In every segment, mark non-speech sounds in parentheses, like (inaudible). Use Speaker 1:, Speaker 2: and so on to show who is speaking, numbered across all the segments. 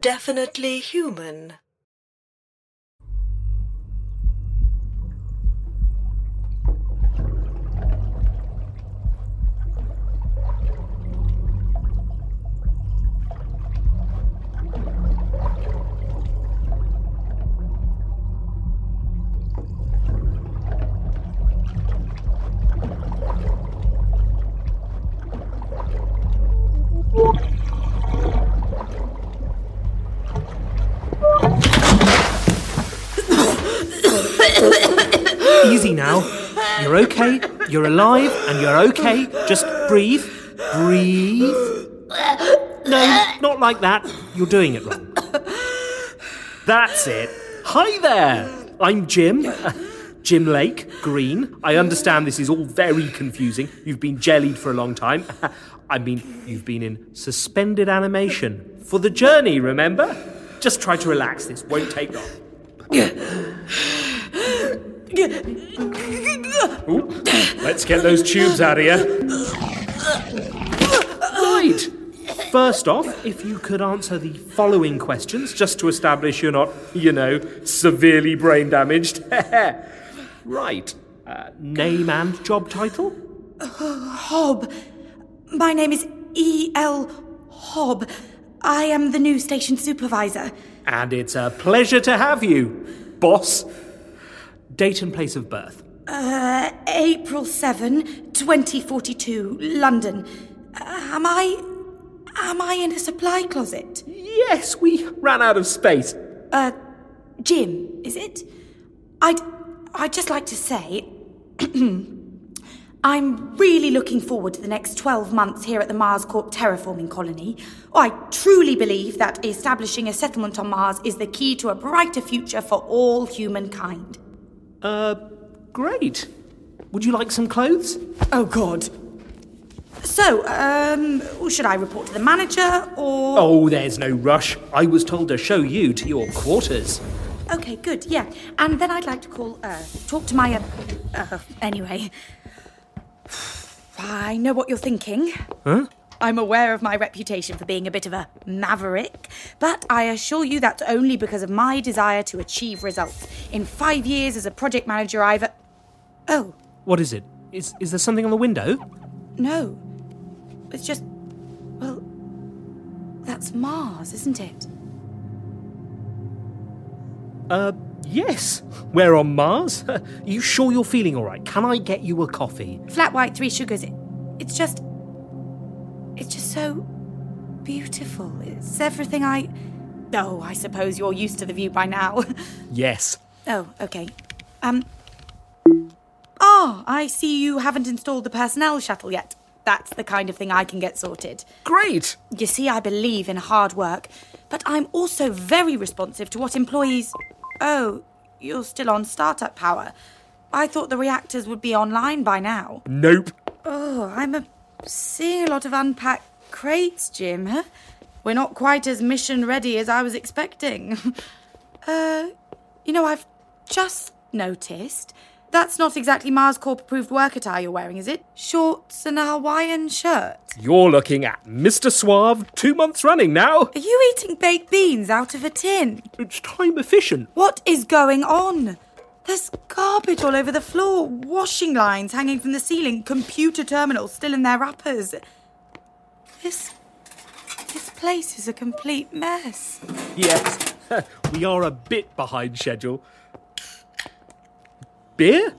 Speaker 1: definitely human.
Speaker 2: Easy now. You're okay. You're alive and you're okay. Just breathe. Breathe. No, not like that. You're doing it wrong. That's it. Hi there. I'm Jim. (laughs) Jim Lake, green. I understand this is all very confusing. You've been jellied for a long time. (laughs) I mean, you've been in suspended animation for the journey, remember? Just try to relax. This won't take long. Ooh, let's get those tubes out of here. Right. First off, if you could answer the following questions just to establish you're not, you know, severely brain damaged. (laughs) right. Uh, name and job title?
Speaker 3: Hob. My name is E.L. Hob. I am the new station supervisor.
Speaker 2: And it's a pleasure to have you, boss. Date and place of birth.
Speaker 3: Uh, April 7, 2042, London. Uh, am I. Am I in a supply closet? Uh,
Speaker 2: Yes, we ran out of space.
Speaker 3: Jim, is it? I'd. I'd just like to say. (clears throat) I'm really looking forward to the next 12 months here at the Mars Corp terraforming colony. I truly believe that establishing a settlement on Mars is the key to a brighter future for all humankind.
Speaker 2: Uh, great. Would you like some clothes?
Speaker 3: Oh, God. So, um, should I report to the manager or.
Speaker 2: Oh, there's no rush. I was told to show you to your quarters.
Speaker 3: Okay, good, yeah. And then I'd like to call, uh, talk to my, uh, uh anyway. I know what you're thinking. Huh? I'm aware of my reputation for being a bit of a maverick, but I assure you that's only because of my desire to achieve results. In five years as a project manager, I've. uh, Oh,
Speaker 2: What is it? Is, is there something on the window?
Speaker 3: no. It's just. Well, that's Mars, isn't it?
Speaker 2: Uh, yes. We're on Mars. (laughs) you sure you're feeling all right? Can I get you a coffee?
Speaker 3: Flat white, three sugars. It, it's just. It's just so beautiful. It's everything I. Oh, I suppose you're used to the view by now. (laughs)
Speaker 2: Yes.
Speaker 3: oh, okay. Um. Ah, I see you haven't installed the personnel shuttle yet. That's the kind of thing I can get sorted.
Speaker 2: Great.
Speaker 3: You see, I believe in hard work, but I'm also very responsive to what employees. Oh, you're still on startup power. I thought the reactors would be online by now.
Speaker 2: Nope.
Speaker 3: Oh, I'm uh seeing a lot of unpacked crates, Jim. Huh? We're not quite as mission ready as I was expecting. (laughs) uh, you know, I've just noticed that's not exactly Mars Corp approved work attire you're wearing, is it? Shorts and a Hawaiian shirt.
Speaker 2: You're looking at Mr. Suave two months running now. (laughs)
Speaker 3: Are you eating baked beans out of a tin?
Speaker 2: It's time efficient.
Speaker 3: What is going on? There's garbage all over the floor, washing lines hanging from the ceiling, computer terminals still in their wrappers. This. this place is a complete mess.
Speaker 2: Yes. (laughs) we are a bit behind schedule. Beer?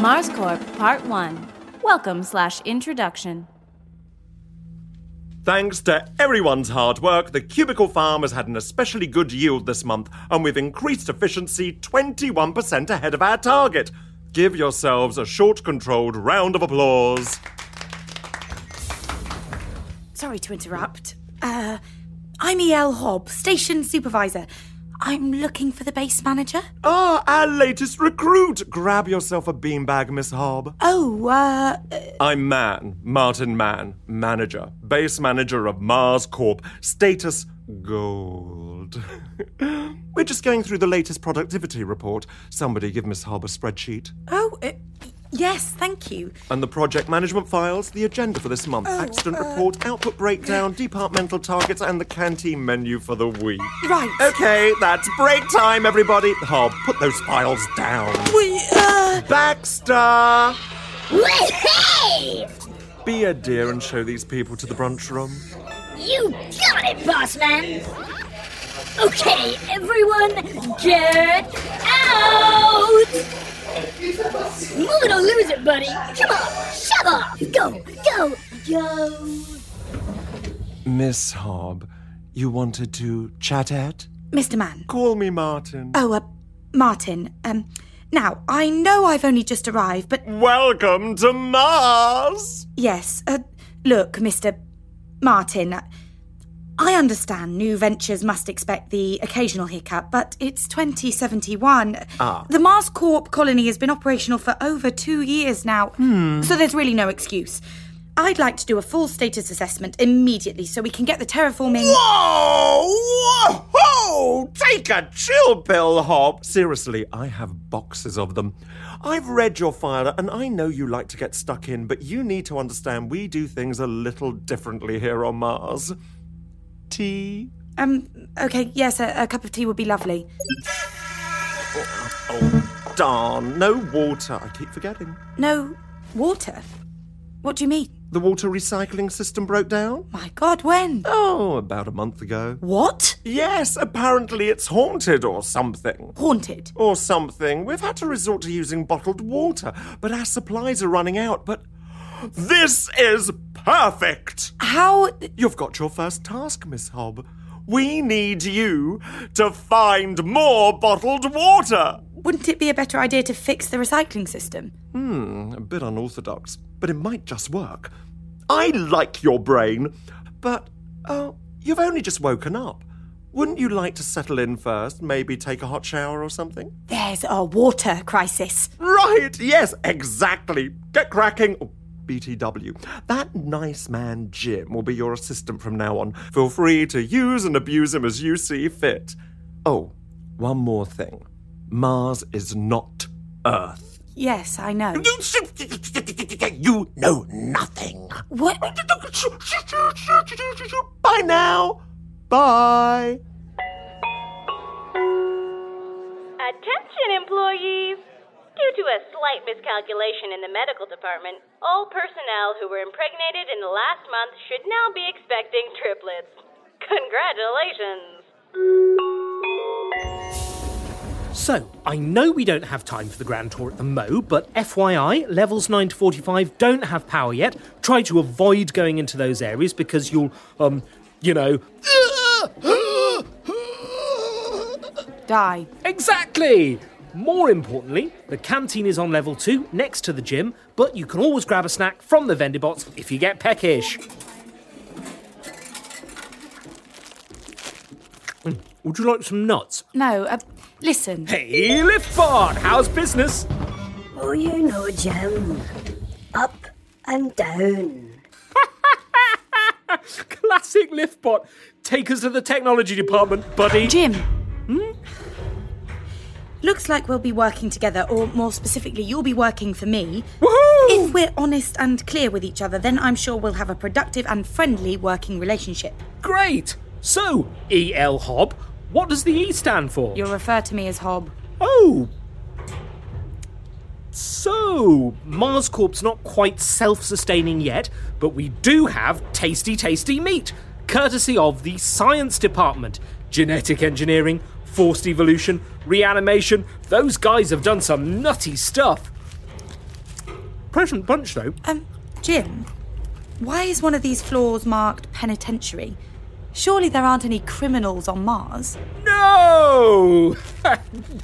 Speaker 4: Mars Corp Part 1 Welcome slash Introduction Thanks to everyone's hard work, the cubicle farm has had an especially good yield this month, and we've increased efficiency 21% ahead of our target. Give yourselves a short, controlled round of applause.
Speaker 3: Sorry to interrupt. Uh, I'm E.L. Hobb, station supervisor. I'm looking for the base manager.
Speaker 2: Oh.
Speaker 4: Ah, our latest recruit! Grab yourself a beanbag, Miss Hobb.
Speaker 3: Oh, uh,
Speaker 4: I'm Man, Martin Mann, manager, base manager of Mars Corp, status gold. (laughs) We're just going through the latest productivity report. Somebody give Miss Hobb a spreadsheet.
Speaker 3: oh, uh, yes, thank you.
Speaker 4: And the project management files, the agenda for this
Speaker 3: Oh,
Speaker 4: month, accident
Speaker 3: uh,
Speaker 4: report, output breakdown, departmental targets, and the canteen menu for the week.
Speaker 3: Right.
Speaker 4: Okay, that's break time, everybody. Hob, put those files down.
Speaker 3: We, uh,
Speaker 4: Baxter! Be a dear and show these people to the brunch room.
Speaker 5: You got it, boss man! Okay, everyone, get out! Move it or lose it, buddy! Come on, shove off! Go, go, go!
Speaker 4: Miss Hob, you wanted to chat at?
Speaker 3: Mr. Mann.
Speaker 4: Call me Martin.
Speaker 3: Oh, uh, Martin. Um, now, I know I've only just arrived, but
Speaker 4: Welcome to Mars!
Speaker 3: yes, uh, look, Mr. Martin, uh, I understand new ventures must expect the occasional hiccup, but it's 2071.
Speaker 4: Ah.
Speaker 3: The Mars Corp colony has been operational for over two years now,
Speaker 4: Hmm.
Speaker 3: so there's really no excuse. I'd like to do a full status assessment immediately so we can get the terraforming.
Speaker 4: Oh, whoa! Take a chill pill, Hob. Seriously, I have boxes of them. I've read your file, and I know you like to get stuck in, but you need to understand we do things a little differently here on Mars. Tea?
Speaker 3: Um, okay, yes, a, a cup of tea would be lovely.
Speaker 4: Oh, darn. No water. I keep forgetting.
Speaker 3: No, water? What do you mean?
Speaker 4: The water recycling system broke down?
Speaker 3: My God, when?
Speaker 4: Oh, about a month ago.
Speaker 3: What?
Speaker 4: Yes, apparently it's haunted or something.
Speaker 3: Haunted.
Speaker 4: or something. We've had to resort to using bottled water, but our supplies are running out. But this is perfect!
Speaker 3: How?
Speaker 4: You've got your first task, Miss Hobb. We need you to find more bottled water!
Speaker 3: Wouldn't it be a better idea to fix the recycling system?
Speaker 4: Hmm, A bit unorthodox, but it might just work. I like your brain, but, oh, you've only just woken up. Wouldn't you like to settle in first, maybe take a hot shower or something?
Speaker 3: There's our water crisis.
Speaker 4: Right, yes, exactly. Get cracking. Oh, BTW. That nice man, Jim, will be your assistant from now on. Feel free to use and abuse him as you see fit. Oh, one more thing Mars is not Earth.
Speaker 3: Yes, I know.
Speaker 4: You know nothing.
Speaker 3: What?
Speaker 4: Bye now. Bye.
Speaker 6: Attention employees! Due to a slight miscalculation in the medical department, all personnel who were impregnated in the last month should now be expecting triplets. Congratulations! (laughs)
Speaker 2: So, I know we don't have time for the grand tour at the Mo, but FYI, levels 9 to 45 don't have power yet. Try to avoid going into those areas because you'll, um, you know.
Speaker 3: Die.
Speaker 2: Exactly! More importantly, the canteen is on level 2 next to the gym, but you can always grab a snack from the vendor bots if you get peckish. Mm, Would you like some nuts?
Speaker 3: No, uh, listen.
Speaker 2: Hey, Liftbot, how's business? (laughs)
Speaker 7: Oh, you know, Jim. Up and down.
Speaker 2: Classic Liftbot. Take us to the technology department, buddy.
Speaker 3: Jim. Looks like we'll be working together, or more specifically, you'll be working for me.
Speaker 2: Woohoo!
Speaker 3: If we're honest and clear with each other, then I'm sure we'll have a productive and friendly working relationship.
Speaker 2: Great. So, E EL Hob, what does the E stand for?
Speaker 3: You'll refer to me as Hob.
Speaker 2: Oh. So, Mars Corp's not quite self sustaining yet, but we do have tasty, tasty meat, courtesy of the science department. Genetic engineering, forced evolution, reanimation, those guys have done some nutty stuff. Present bunch, though.
Speaker 3: Um, Jim, Why is one of these floors marked penitentiary? Surely there aren't any criminals on Mars.
Speaker 2: No!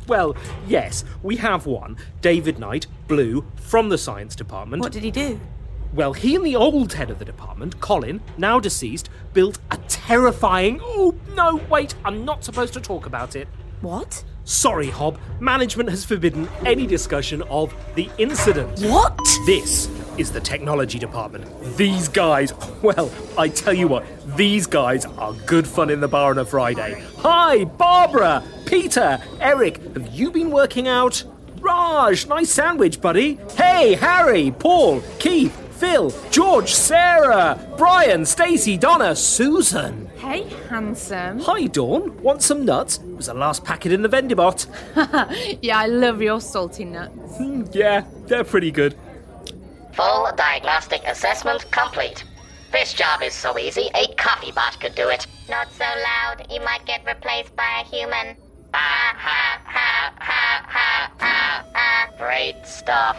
Speaker 2: well, yes, we have one. David Knight, blue, from the science department.
Speaker 3: What did he do?
Speaker 2: Well, he and the old head of the department, Colin, now deceased, built a terrifying. Oh, no, wait, I'm not supposed to talk about it.
Speaker 3: What?
Speaker 2: Sorry, Hob, management has forbidden any discussion of the incident.
Speaker 3: What?
Speaker 2: This is the technology department. These guys, (laughs) well, I tell you what, these guys are good fun in the bar on a Friday. Hi, Barbara, Peter, Eric, have you been working out? Raj, nice sandwich, buddy. Hey, Harry, Paul, Keith, Phil, George, Sarah, Brian, Stacy, Donna, Susan.
Speaker 8: Hey, handsome.
Speaker 2: Hi, Dawn. Want some nuts? It was the last packet in the Vendibot.
Speaker 8: (laughs) Yeah, I love your salty nuts.
Speaker 2: Hmm, Yeah, they're pretty good.
Speaker 9: Full diagnostic assessment complete. This job is so easy, a coffee bot could do it.
Speaker 10: Not so loud, you might get replaced by a human.
Speaker 9: Ha ha ha ha ha ha ha. Great stuff.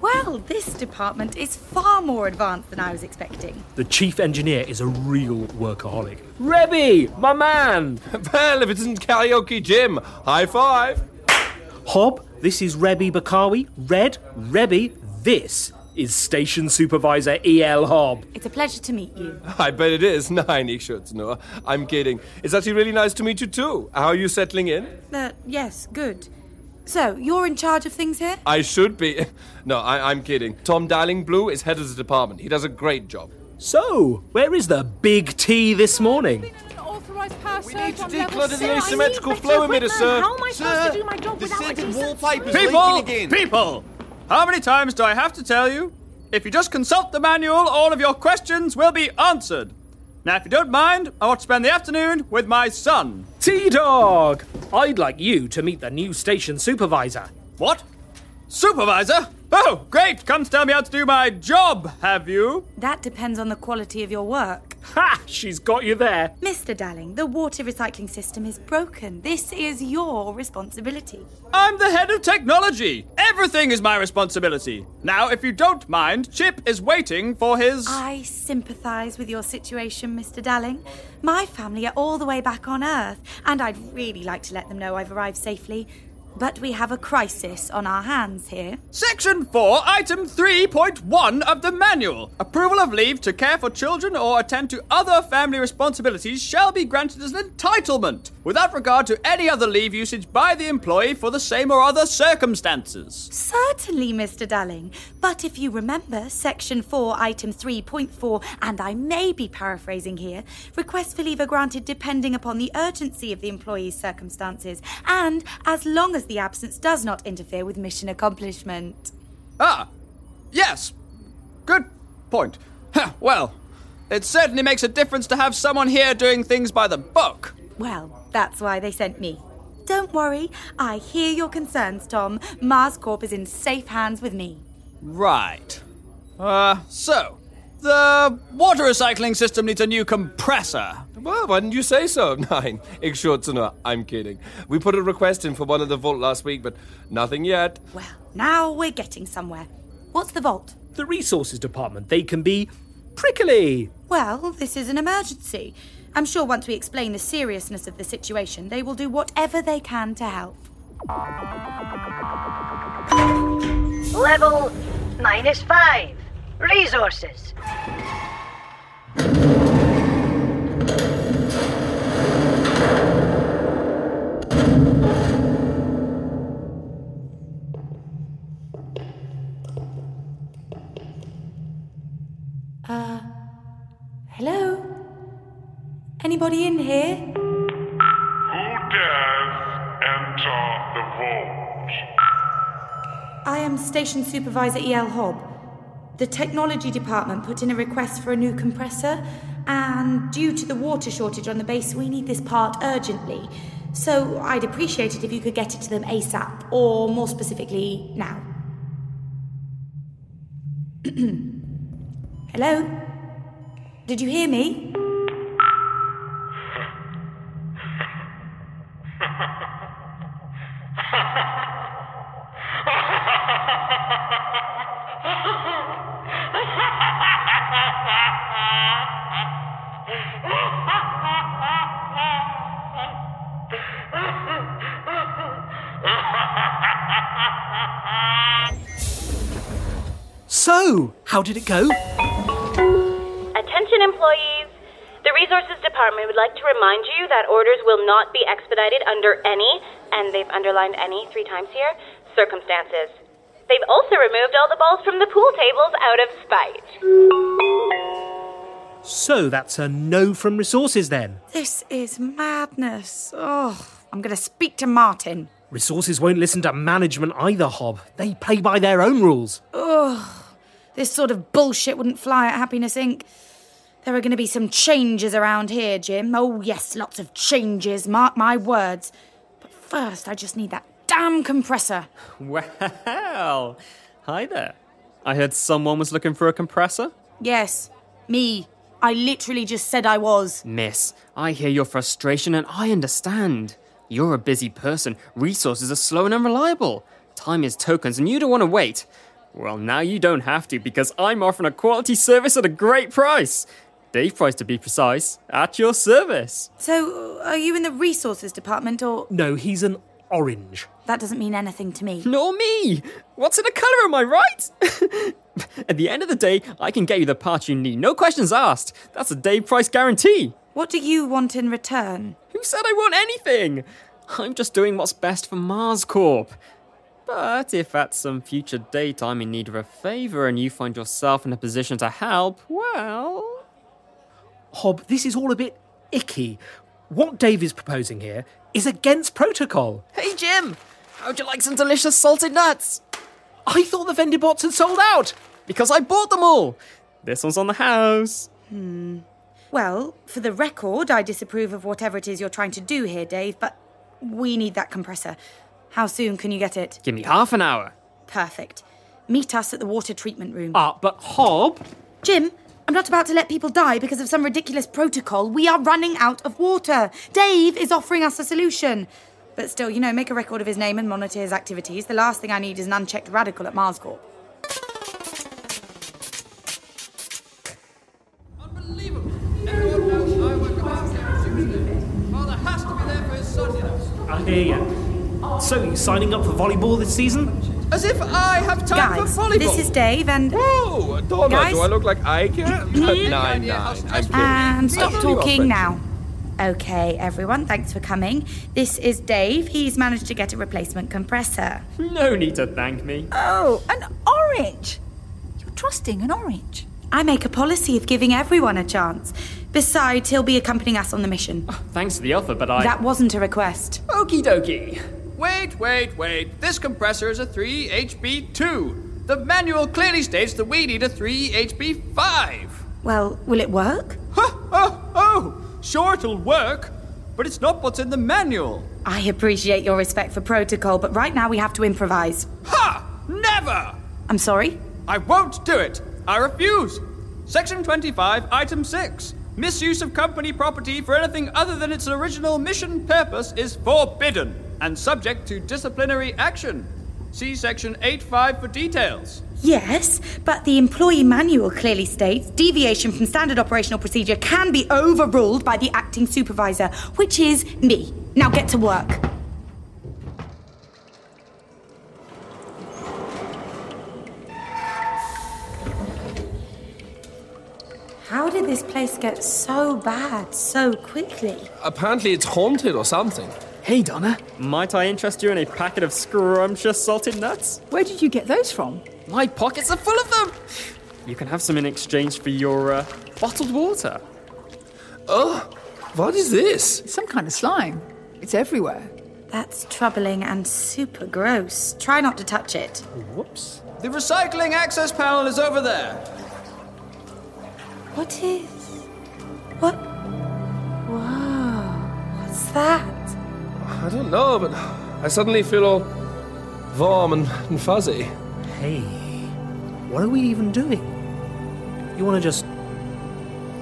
Speaker 3: Well, this department is far more advanced than I was expecting.
Speaker 2: The chief engineer is a real workaholic. Rebby, my man.
Speaker 11: (laughs) Well, if it isn't karaoke Jim, high five.
Speaker 2: Hob, this is Rebby Bakawi. Red, Rebby, this is station supervisor E.L. Hob.
Speaker 3: It's a pleasure to meet you.
Speaker 11: I bet it is. (laughs) Nein, ich schütz nur. I'm kidding. It's actually really nice to meet you too. How are you settling in?
Speaker 3: Uh, yes, good. So, you're in charge of things here?
Speaker 11: I should be. (laughs) No, I, I'm kidding. Tom Darling Blue is head of the department. He does a great job.
Speaker 2: So, where is the big tea this morning?
Speaker 8: Unauthorized power surge
Speaker 11: need to
Speaker 8: on level
Speaker 11: declutter the
Speaker 8: six. I need
Speaker 11: asymmetrical
Speaker 8: better
Speaker 11: flow emitter,
Speaker 8: equipment.
Speaker 11: sir.
Speaker 8: How am I supposed to do my job without a decent
Speaker 12: wallpaper's
Speaker 8: source?
Speaker 12: leaking again.
Speaker 11: People!
Speaker 12: How many times do I have to tell you? If you just consult the manual, all of your questions will be answered. Now, if you don't mind, I want to spend the afternoon with my son.
Speaker 2: T Dog! I'd like you to meet the new station supervisor.
Speaker 12: What? Supervisor? Oh, great! Come to tell me how to do my job, have you?
Speaker 3: That depends on the quality of your work.
Speaker 2: Ha! She's got you there.
Speaker 3: Mr. Darling, the water recycling system is broken. This is your responsibility.
Speaker 12: I'm the head of technology. Everything is my responsibility. Now, if you don't mind, Chip is waiting for his.
Speaker 3: I sympathise with your situation, Mr. Darling. My family are all the way back on Earth, and I'd really like to let them know I've arrived safely. But we have a crisis on our hands here.
Speaker 12: Section 4, Item 3.1 of the manual. Approval of leave to care for children or attend to other family responsibilities shall be granted as an entitlement, without regard to any other leave usage by the employee for the same or other circumstances.
Speaker 3: Certainly, Mr. Darling. But if you remember, Section 4, Item 3.4, and I may be paraphrasing here, requests for leave are granted depending upon the urgency of the employee's circumstances and as long as the absence does not interfere with mission accomplishment.
Speaker 12: Ah, yes. Good point. Huh, well, it certainly makes a difference to have someone here doing things by the book.
Speaker 3: Well, that's why they sent me. Don't worry, I hear your concerns, Tom. Mars Corp is in safe hands with me.
Speaker 12: Right. Uh, so, the water recycling system needs a new compressor.
Speaker 11: Well, why didn't you say so? (laughs) Nein, ich schütze nur. I'm kidding. We put a request in for one of the vault last week, but nothing yet.
Speaker 3: Well, now we're getting somewhere. What's the vault?
Speaker 2: The resources department, they can be prickly.
Speaker 3: Well, this is an emergency. I'm sure once we explain the seriousness of the situation, they will do whatever they can to help.
Speaker 7: Level minus five.
Speaker 11: (laughs)
Speaker 7: Resources.
Speaker 3: Uh, Hello? Anybody in here?
Speaker 13: Who dares enter the vault?
Speaker 3: I am Station Supervisor E.L. Hobb. The technology department put in a request for a new compressor, and due to the water shortage on the base, we need this part urgently. So I'd appreciate it if you could get it to them ASAP, or more specifically, now. (clears throat) Hello? Did you hear me?
Speaker 2: So, how did it go?
Speaker 6: Attention employees! The Resources Department would like to remind you that orders will not be expedited under any, and they've underlined any three times here, circumstances. They've also removed all the balls from the pool tables out of spite.
Speaker 2: So that's a no from resources then.
Speaker 3: This is madness. Oh, I'm going to speak to Martin.
Speaker 2: Resources won't listen to management either, Hob. They play by their own rules.
Speaker 3: Ugh. This sort of bullshit wouldn't fly at Happiness Inc. There are going to be some changes around here, Jim. Oh, yes, lots of changes, mark my words. But first, I just need that damn compressor.
Speaker 14: (laughs) Well, hi there. I heard someone was looking for a compressor.
Speaker 3: Yes, me. I literally just said I was.
Speaker 14: Miss, I hear your frustration and I understand. You're a busy person. Resources are slow and unreliable. Time is tokens and you don't want to wait. Well, now you don't have to because I'm offering a quality service at a great price. Dave Price, to be precise, at your service.
Speaker 3: So, uh, are you in the resources department or.
Speaker 2: No, he's an orange.
Speaker 3: That doesn't mean anything to me.
Speaker 14: Nor me! What's in a colour, am I right? at the end of the day, I can get you the part you need, no questions asked. That's a Dave Price guarantee.
Speaker 3: What do you want in return?
Speaker 14: Who said I want anything? I'm just doing what's best for Mars Corp. But if at some future date I'm in need of a favour and you find yourself in a position to help, well.
Speaker 2: Hob, this is all a bit icky. What Dave is proposing here is against protocol.
Speaker 14: Hey, Jim! How'd you like some delicious salted nuts?
Speaker 2: I thought the vendor bots had sold out!
Speaker 14: Because I bought them all! This one's on the house.
Speaker 3: Hmm. Well, for the record, I disapprove of whatever it is you're trying to do here, Dave, but we need that compressor. How soon can you get it?
Speaker 14: Give me half an hour.
Speaker 3: Perfect. Meet us at the water treatment room.
Speaker 2: Ah, but Hob.
Speaker 3: Jim, I'm not about to let people die because of some ridiculous protocol. We are running out of water. Dave is offering us a solution. But still, you know, make a record of his name and monitor his activities. The last thing I need is an unchecked radical at Mars Corp.
Speaker 2: I hear you. So, you signing up for volleyball this season?
Speaker 12: As if I have time
Speaker 3: Guys,
Speaker 12: for volleyball.
Speaker 3: this is Dave and.
Speaker 11: Whoa, Donna,
Speaker 3: Guys?
Speaker 11: do I look like
Speaker 3: (laughs)
Speaker 11: I care? nine, nine. I'm kidding.
Speaker 3: And stop
Speaker 11: Not
Speaker 3: talking
Speaker 11: you are,
Speaker 3: now. Okay, everyone, thanks for coming. This is Dave. He's managed to get a replacement compressor.
Speaker 14: No need to thank me.
Speaker 15: Oh, an orange. You're trusting an orange.
Speaker 3: I make a policy of giving everyone a chance. Besides, he'll be accompanying us on the mission.
Speaker 14: Thanks for the offer, but I.
Speaker 3: That wasn't a request.
Speaker 14: Okie dokie.
Speaker 12: Wait, wait, wait. This compressor is a 3HB2. The manual clearly states that we need a 3HB5.
Speaker 3: Well, will it work?
Speaker 12: Oh, oh, sure it'll work, but it's not what's in the manual.
Speaker 3: I appreciate your respect for protocol, but right now we have to improvise.
Speaker 12: Never!
Speaker 3: I'm sorry?
Speaker 12: I won't do it. I refuse. Section 25, Item 6. Misuse of company property for anything other than its original mission purpose is forbidden and subject to disciplinary action. See Section 85 for details.
Speaker 3: Yes, but the employee manual clearly states deviation from standard operational procedure can be overruled by the acting supervisor, which is me. Now get to work. How did this place get so bad so quickly?
Speaker 11: Apparently, it's haunted or something.
Speaker 14: Hey, Donna. Might I interest you in a packet of scrumptious salted nuts?
Speaker 15: Where did you get those from?
Speaker 14: My pockets are full of them! You can have some in exchange for your uh, bottled water.
Speaker 11: Oh, what is this?
Speaker 15: It's some kind of slime. It's everywhere.
Speaker 3: That's troubling and super gross. Try not to touch it.
Speaker 2: Whoops.
Speaker 12: The recycling access panel is over there.
Speaker 3: What is. What? Whoa. What's that?
Speaker 11: I don't know, but I suddenly feel all warm and, and fuzzy.
Speaker 2: Hey, what are we even doing? You want to just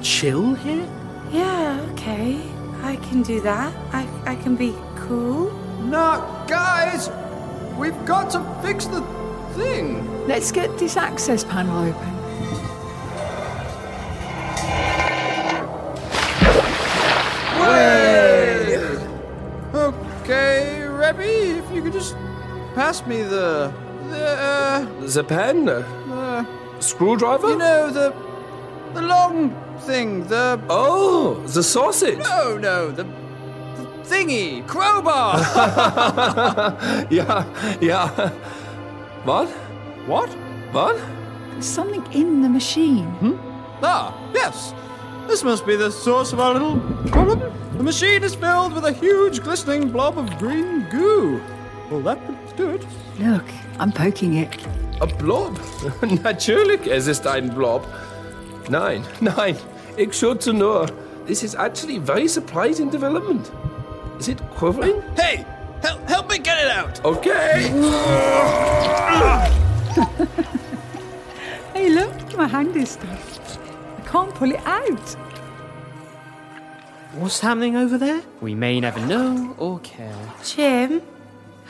Speaker 2: chill here?
Speaker 3: Yeah, okay. I can do that. I, I can be cool.
Speaker 12: No, guys! We've got to fix the thing.
Speaker 15: Let's get this access panel open.
Speaker 12: Okay, Rebby, if you could just Pass me the. the.
Speaker 11: The pen?
Speaker 12: Uh, uh,
Speaker 11: Screwdriver?
Speaker 12: you know, the. the long thing, the.
Speaker 11: Oh, the sausage.
Speaker 12: No, no, the. the thingy, crowbar!
Speaker 11: (laughs) yeah, yeah. What?
Speaker 12: what?
Speaker 11: (laughs) What?
Speaker 15: There's something in the machine.
Speaker 12: Ah, yes. This must be the source of our little problem. The machine is filled with a huge glistening blob of green goo. Well, that would do it.
Speaker 15: Look, I'm poking it.
Speaker 11: A blob? (laughs) Natürlich es ist ein Blob. Nein, (laughs) nein, ich schaue zu nur. This is actually very surprising development. Is it quivering?
Speaker 12: Hey, help, help me get it out!
Speaker 11: Okay.
Speaker 15: Hey, look, my hand is stuck. I can't pull it out.
Speaker 2: What's happening over there?
Speaker 14: We may never know or care.
Speaker 3: Jim,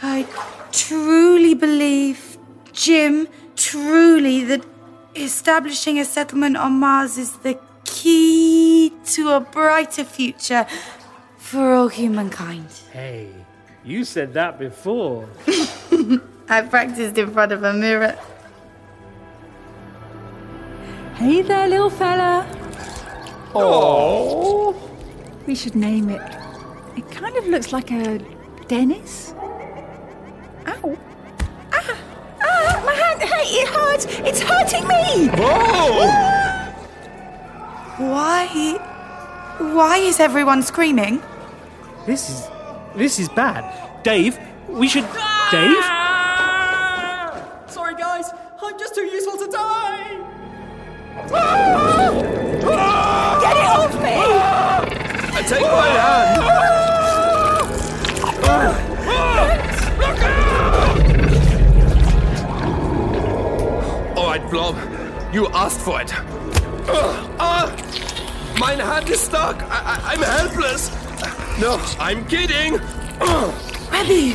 Speaker 3: I truly believe, Jim, truly that establishing a settlement on Mars is the key to a brighter future for all humankind.
Speaker 2: Hey, you said that before.
Speaker 3: I practiced in front of a mirror.
Speaker 15: Hey there, little fella.
Speaker 11: Oh.
Speaker 15: We should name it. It kind of looks like a Dennis. Ow. Ah, ah, my hand. Hey, it hurts. It's hurting me.
Speaker 11: Whoa!
Speaker 3: Why? Why is everyone screaming?
Speaker 2: This is. this is bad. Dave, we should. Dave?
Speaker 12: Sorry, guys, I'm just too useful to die!
Speaker 15: Get it off me!
Speaker 11: I take my hand. All right, Blob. You asked for it. Ah! My hand is stuck. I, I, I'm helpless. No, I'm kidding.
Speaker 3: Abby,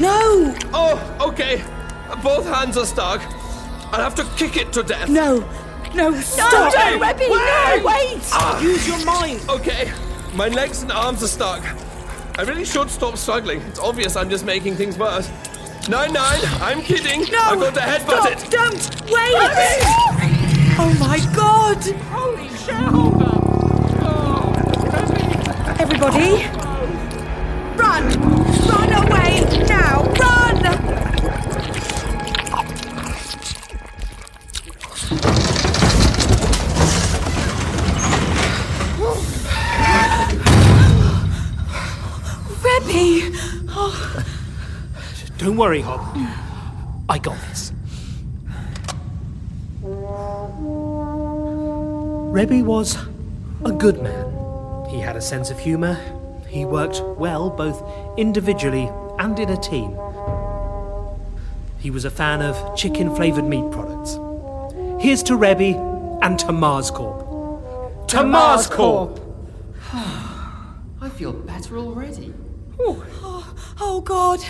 Speaker 3: no,
Speaker 11: Oh, okay. Both hands are stuck. I'll have to kick it to death.
Speaker 3: no, no,
Speaker 15: No,
Speaker 3: stop! Ah.
Speaker 15: no, Rebby, no,
Speaker 11: Wait!
Speaker 15: wait!
Speaker 2: Use your mind!
Speaker 11: Okay, my legs and arms are stuck. I really should stop struggling. It's obvious I'm just making things worse. Nine nine, I'm kidding.
Speaker 15: No!
Speaker 11: I'm going to headbutt
Speaker 15: Stop,
Speaker 11: it.
Speaker 15: Don't! Wait!
Speaker 3: Oh my god!
Speaker 11: Holy shareholder!
Speaker 15: Oh. Everybody, run! Run away now! Run!
Speaker 3: Rebby!
Speaker 15: Oh.
Speaker 2: Don't worry, Hob. I got this. Rebbe was a good man. He had a sense of humour. He worked well both individually and in a team. He was a fan of chicken flavoured meat products. Here's to Rebbe and to MarsCorp. To MarsCorp!
Speaker 16: I feel better already.
Speaker 3: Oh god!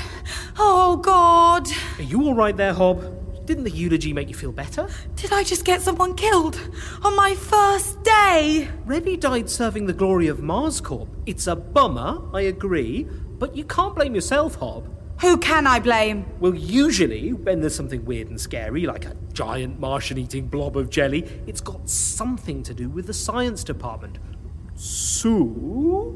Speaker 3: Oh god!
Speaker 2: Are you alright there, Hob? Didn't the eulogy make you feel better?
Speaker 3: Did I just get someone killed on my first day?
Speaker 2: Rebbe died serving the glory of Mars Corp. It's a bummer, I agree, but you can't blame yourself, Hob.
Speaker 3: Who can I blame?
Speaker 2: Well, usually, when there's something weird and scary, like a giant Martian eating blob of jelly, it's got something to do with the science department. So.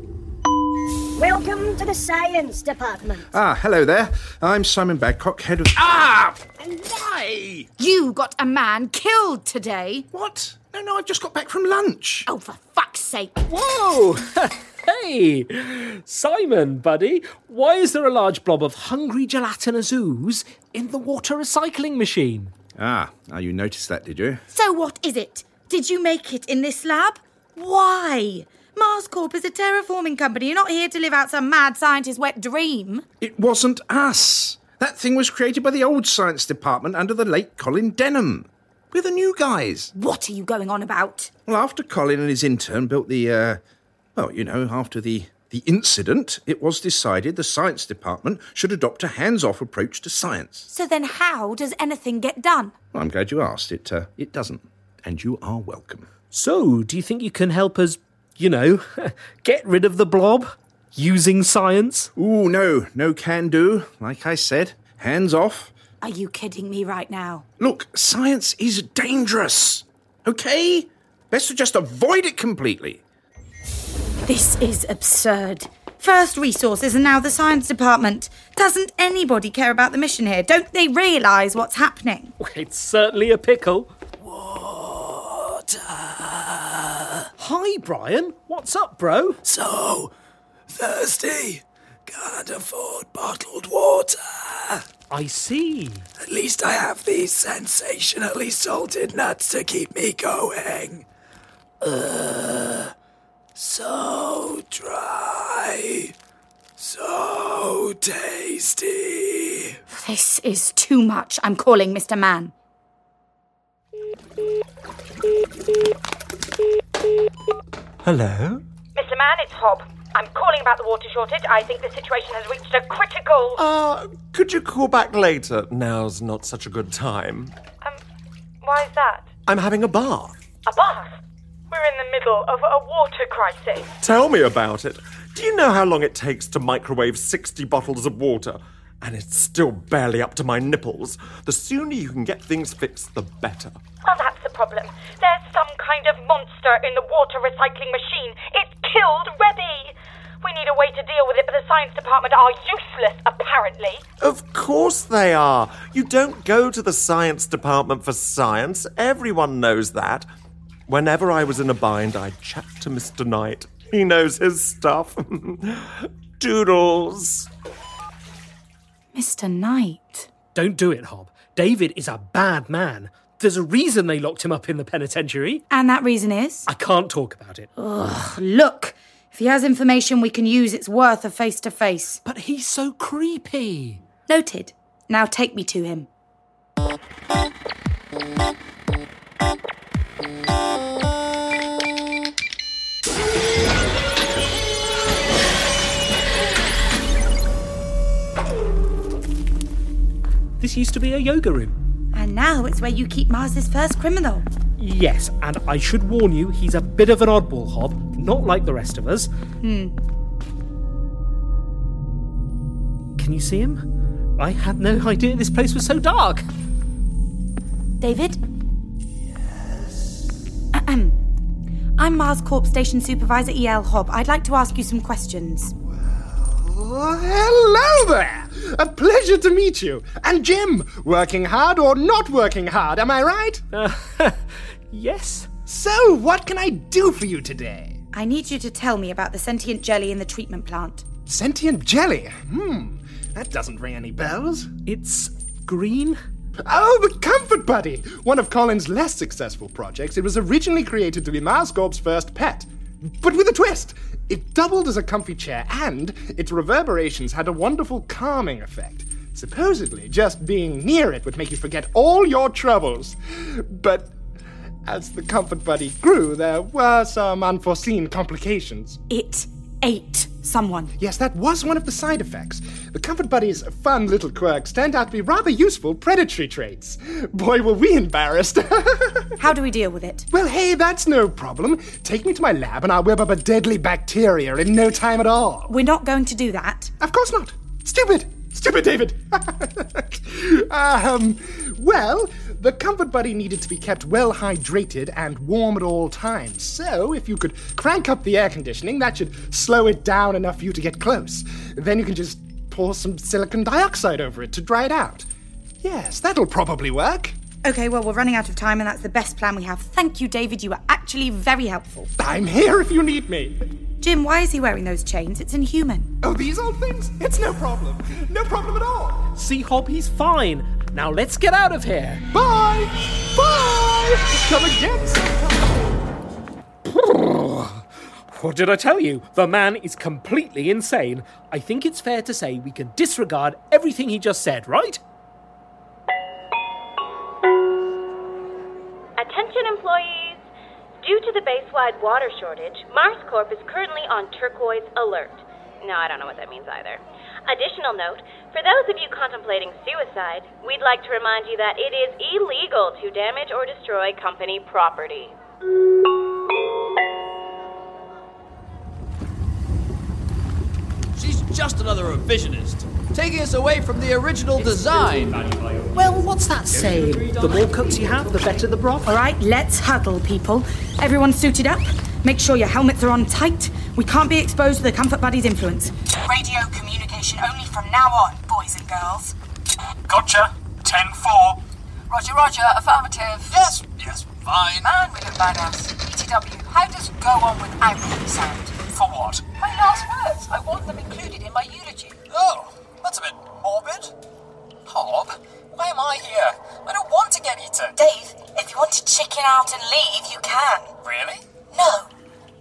Speaker 7: Welcome to the science department.
Speaker 17: Ah, hello there. I'm Simon Badcock, head of.
Speaker 7: Ah!
Speaker 17: Why?
Speaker 3: You got a man killed today.
Speaker 17: What? No, no, I've just got back from lunch.
Speaker 3: Oh, for fuck's sake.
Speaker 2: Whoa! Oh, (laughs) hey! Simon, buddy, why is there a large blob of hungry gelatinous ooze in the water recycling machine?
Speaker 17: Ah, now you noticed that, did you?
Speaker 3: So what is it? Did you make it in this lab? Why? Mars Corp is a terraforming company. You're not here to live out some mad scientist's wet dream.
Speaker 17: It wasn't us. That thing was created by the old science department under the late Colin Denham. We're the new guys.
Speaker 3: What are you going on about?
Speaker 17: Well, after Colin and his intern built the, uh, well, you know, after the the incident, it was decided the science department should adopt a hands-off approach to science.
Speaker 3: So then how does anything get done?
Speaker 17: Well, I'm glad you asked. It uh, it doesn't, and you are welcome.
Speaker 2: So, do you think you can help us, you know, (laughs) get rid of the blob using (laughs) science?
Speaker 17: Ooh, no, no can do. Like I said, hands off.
Speaker 3: Are you kidding me right now?
Speaker 17: Look, science is dangerous, okay? Best to just avoid it completely.
Speaker 3: This is absurd. First resources and now the science department. Doesn't anybody care about the mission here? Don't they realise what's happening?
Speaker 2: It's certainly a pickle. Hi, Brian. What's up, bro?
Speaker 18: So, thirsty. Can't afford bottled water.
Speaker 2: I see.
Speaker 18: At least I have these sensationally salted nuts to keep me going. Ugh. so dry. So tasty.
Speaker 3: This is too much. I'm calling Mr. Mann.
Speaker 4: Hello?
Speaker 19: Mr. Mann, it's Hob. I'm calling about the water shortage. I think the situation has reached a critical.
Speaker 3: Oh.
Speaker 4: Uh, could you call back later? Now's not such a good time.
Speaker 19: Why is that?
Speaker 4: I'm having a bath.
Speaker 19: A bath. We're in the middle of a water crisis.
Speaker 4: Tell me about it. Do you know how long it takes to microwave 60 bottles of water? And it's still barely up to my nipples. The sooner you can get things fixed, the better.
Speaker 19: Well, that's the problem. There's some kind of monster in the water recycling machine. It killed Reddy. We need a way to deal with it, but the science department are useless, apparently.
Speaker 4: Of course they are. You don't go to the science department for science. Everyone knows that. Whenever I was in a bind, I chat to Mr. Knight. He knows his stuff. (laughs) Doodles.
Speaker 3: Mr. Knight.
Speaker 2: Don't do it, Hob. David is a bad man. There's a reason they locked him up in the penitentiary.
Speaker 3: And that reason is?
Speaker 2: I can't talk about it.
Speaker 3: Ugh, look. If he has information we can use, it's worth a face to face.
Speaker 2: But he's so creepy.
Speaker 3: Noted. Now take me to him.
Speaker 2: This used to be a yoga room.
Speaker 3: And now it's where you keep Mars's first criminal.
Speaker 2: Yes, and I should warn you, he's a bit of an oddball, Hob. Not like the rest of us.
Speaker 3: Hmm.
Speaker 2: Can you see him? I had no (laughs) idea this place was so dark.
Speaker 3: David? Ahem. I'm Mars Corp Station Supervisor E.L. Hobb. I'd like to ask you some questions.
Speaker 20: Well, Oh, hello there! A pleasure to meet you. And Jim, working hard or not working hard, am I right?
Speaker 2: yes.
Speaker 20: So, what can I do for you today?
Speaker 3: I need you to tell me about the sentient jelly in the treatment plant.
Speaker 20: Sentient jelly? Hmm, that doesn't ring any bells.
Speaker 2: It's green?
Speaker 20: Oh, the Comfort Buddy! One of Colin's less successful projects. It was originally created to be Marscorp's first pet. But with a twist! It doubled as a comfy chair, and its reverberations had a wonderful calming effect. Supposedly, just being near it would make you forget all your troubles. But as the comfort buddy grew, there were some unforeseen complications.
Speaker 3: It ate someone.
Speaker 20: Yes, that was one of the side effects. The comfort buddy's fun little quirks turned out to be rather useful predatory traits. Boy, were we embarrassed. (laughs)
Speaker 3: How do we deal with it?
Speaker 20: Well, hey, that's no problem. Take me to my lab and I'll web up a deadly bacteria in no time at all.
Speaker 3: We're not going to do that.
Speaker 20: Of course not. Stupid! Stupid David! um, well, the comfort buddy needed to be kept well hydrated and warm at all times. So, if you could crank up the air conditioning, that should slow it down enough for you to get close. Then you can just pour some silicon dioxide over it to dry it out. Yes, that'll probably work.
Speaker 3: Okay, well, we're running out of time, and that's the best plan we have. Thank you, David. You were actually very helpful.
Speaker 20: I'm here if you need me.
Speaker 3: Jim, why is he wearing those chains? It's inhuman.
Speaker 20: Oh, these old things? It's no problem. No problem at all.
Speaker 2: See, Hob, he's fine. Now let's get out of here.
Speaker 20: Bye! Bye! Come again sometime!
Speaker 2: What did I tell you? The man is completely insane. I think it's fair to say we can disregard everything he just said, right?
Speaker 6: Attention employees! Due to the base-wide water shortage, Mars Corp is currently on turquoise alert. No, I don't know what that means either. Additional note, for those of you contemplating suicide, we'd like to remind you that it is illegal to damage or destroy company property.
Speaker 16: She's
Speaker 12: just another revisionist, taking us away from the original design.
Speaker 21: Well, what's that saying?
Speaker 2: The more cooks you have, the better the broth.
Speaker 3: All right, let's huddle, people. Everyone suited up. Make sure your helmets are on tight. We can't be exposed to the Comfort Buddy's influence.
Speaker 22: Radio communication only from now on, boys and girls.
Speaker 23: Gotcha. 10 4.
Speaker 22: Roger, roger, affirmative.
Speaker 23: Yes, yes, fine.
Speaker 22: Man, we look badass. BTW, E how does go on without me sound?
Speaker 23: For what?
Speaker 22: My last words. I want them included in my eulogy.
Speaker 23: Oh, that's a bit morbid. Hob, why am I here? I don't want to get eaten.
Speaker 22: Dave, if you want to chicken out and leave, you can.
Speaker 23: Really?
Speaker 22: No.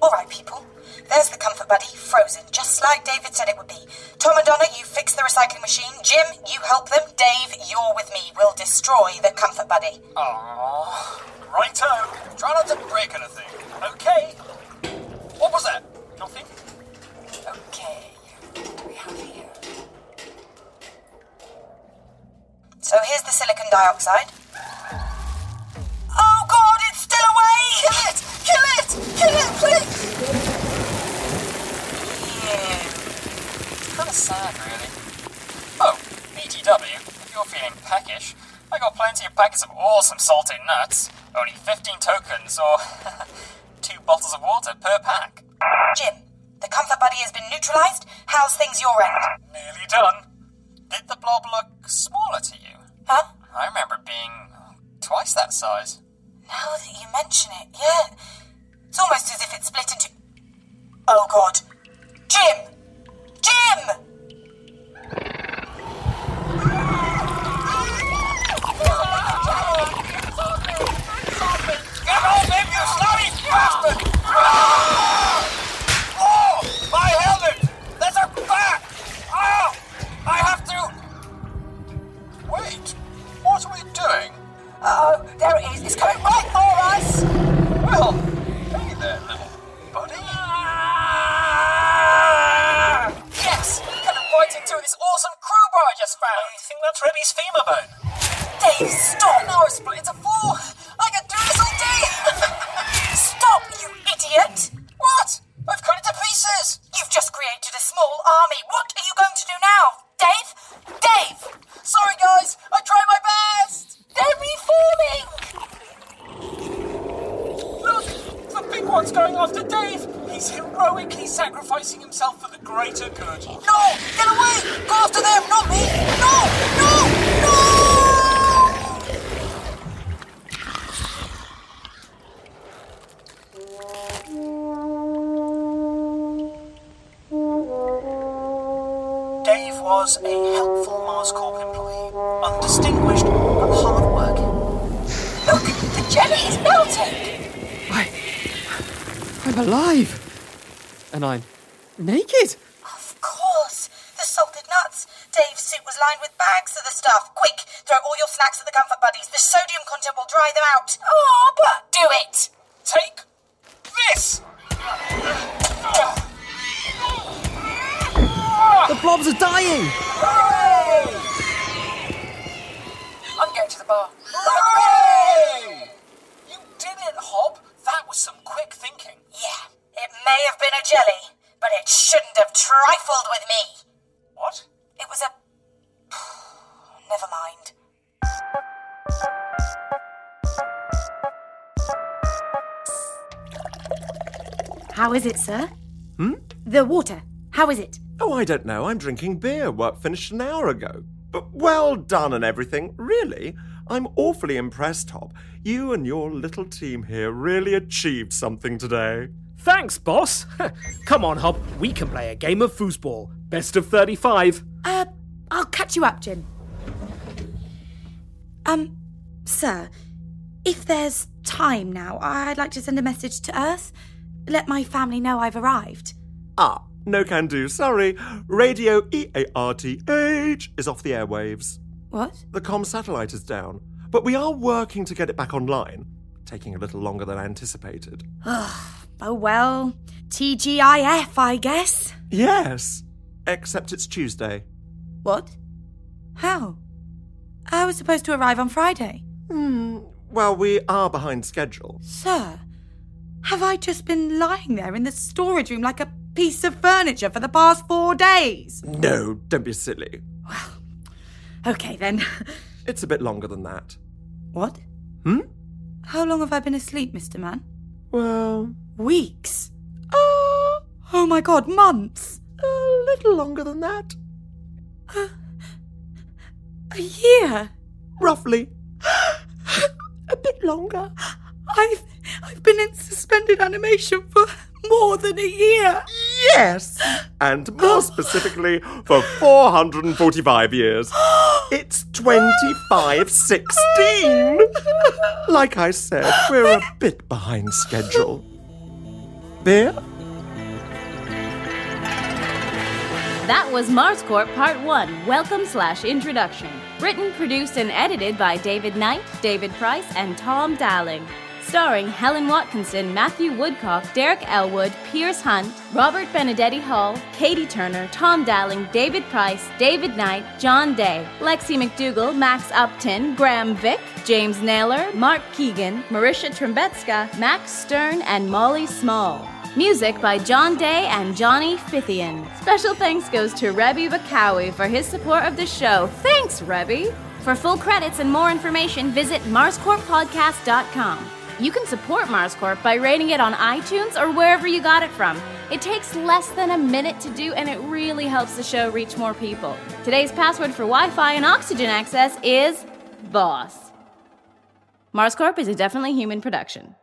Speaker 22: All right, people. There's the comfort buddy, frozen, just like David said it would be. Tom and Donna, you fix the recycling machine. Jim, you help them. Dave, you're with me. We'll destroy the comfort buddy.
Speaker 23: Aww. Righto. Try not to break anything. Okay. What was that? Nothing?
Speaker 22: Okay. We have here. So here's the silicon dioxide. Oh god, it's still away! Kill it! Kill it! Kill it, please!
Speaker 23: Kind of sad, really. Oh, BTW, if you're feeling peckish, I got plenty of packets of awesome salted nuts. Only 15 tokens, or (laughs) two bottles of water per pack.
Speaker 22: Jim, the comfort buddy has been neutralized. How's things your end?
Speaker 23: Nearly done. Did the blob look smaller to you?
Speaker 22: Huh?
Speaker 23: I remember it being twice that size.
Speaker 22: Now that you mention it, yeah. It's almost as if it's split into. Oh god. Jim! Jim!
Speaker 23: Get off him, you snotty bastard! Ah! Oh, my helmet! There's a bat! Ah! I have to. Wait, what are we doing?
Speaker 22: Oh, there it is. It's coming right for us.
Speaker 23: Well, hey there, little buddy. Ah! Yes, coming right into this awesome crowbar I just found. I think that's Rebby's femur bone.
Speaker 22: Dave, stop!
Speaker 23: Now it's split into four. I can do this all day.
Speaker 22: Stop, you idiot!
Speaker 23: what? I've cut it to pieces.
Speaker 22: You've just created a small army. What are you going to do now? Dave? Dave!
Speaker 23: Sorry, guys. I tried my best.
Speaker 22: They're reforming!
Speaker 23: Look, the big one's going after Dave. He's heroically sacrificing himself for the greater good.
Speaker 22: No! Get away! Go after them, not me! No! No! No!
Speaker 23: Dave was a helpful Mars Corp employee, undistinguished but hardworking.
Speaker 22: Look! The jelly is melting!
Speaker 14: I'm alive! And I'm naked!
Speaker 22: Of course! The salted nuts! Dave's suit was lined with bags of the stuff. Quick! Throw all your snacks at the comfort buddies. The sodium content will dry them out. Oh, but do it!
Speaker 23: Take this!
Speaker 14: The blobs are dying!
Speaker 23: I'm going to the bar. Hooray! You did it, Hob. That was some quick thinking.
Speaker 22: Yeah, it may have been a jelly, but it shouldn't have trifled with me.
Speaker 23: What?
Speaker 22: It was a. (sighs) Never mind.
Speaker 3: How is it, sir?
Speaker 4: Hmm?
Speaker 3: The water. How is it?
Speaker 4: Oh, I don't know. I'm drinking beer. Work finished an hour ago. But well done and everything. Really, I'm awfully impressed, Hob. You and your little team here really achieved something today.
Speaker 2: Thanks, boss. (laughs) Come on, Hob. We can play a game of foosball. Best of 35.
Speaker 3: Uh, I'll catch you up, Jim. Um, sir, if there's time now, I'd like to send a message to Earth. Let my family know I've arrived.
Speaker 4: Ah, no can do. Sorry. Radio E A R T H is off the airwaves.
Speaker 3: What?
Speaker 4: The com satellite is down, but we are working to get it back online, taking a little longer than anticipated.
Speaker 3: Oh well, TGIF, I guess.
Speaker 4: Yes, except it's Tuesday.
Speaker 3: What? How? I was supposed to arrive on Friday.
Speaker 4: Hmm. Well, we are behind schedule.
Speaker 3: Sir, have I just been lying there in the storage room like a piece of furniture for the past four days.
Speaker 4: No, don't be silly.
Speaker 3: Okay then. (laughs)
Speaker 4: It's a bit longer than that.
Speaker 3: What?
Speaker 4: Hmm?
Speaker 3: How long have I been asleep, Mr. Man?
Speaker 4: Well,
Speaker 3: weeks. Oh, oh my god, months.
Speaker 4: A little longer than that.
Speaker 3: A year.
Speaker 4: Roughly.
Speaker 3: (gasps) a bit longer. I've I've been in suspended animation for more than a year.
Speaker 4: Yes. And more specifically, for 445 years. It's 2516.
Speaker 3: (laughs)
Speaker 4: Like I said, we're a bit behind schedule. Beer?
Speaker 6: That was Mars Corp Part 1 Welcome Slash Introduction. Written, produced, and edited by David Knight, David Price, and Tom Dowling. Starring Helen Watkinson, Matthew Woodcock, Derek Elwood, Pierce Hunt, Robert Benedetti Hall, Katie Turner, Tom Dowling, David Price, David Knight, John Day, Lexi McDougall, Max Upton, Graham Vick, James Naylor, Mark Keegan, Marisha Trumbetska, Max Stern, and Molly Small. Music by John Day and Johnny Fithian. Special thanks goes to Rebby Bakawi for his support of the show. Thanks, Rebby! For full credits and more information, visit marscorppodcast.com. You can support MarsCorp by rating it on iTunes or wherever you got it from. It takes less than a minute to do, and it really helps the show reach more people. Today's password for Wi Fi and oxygen access is BOSS. MarsCorp is a definitely human production.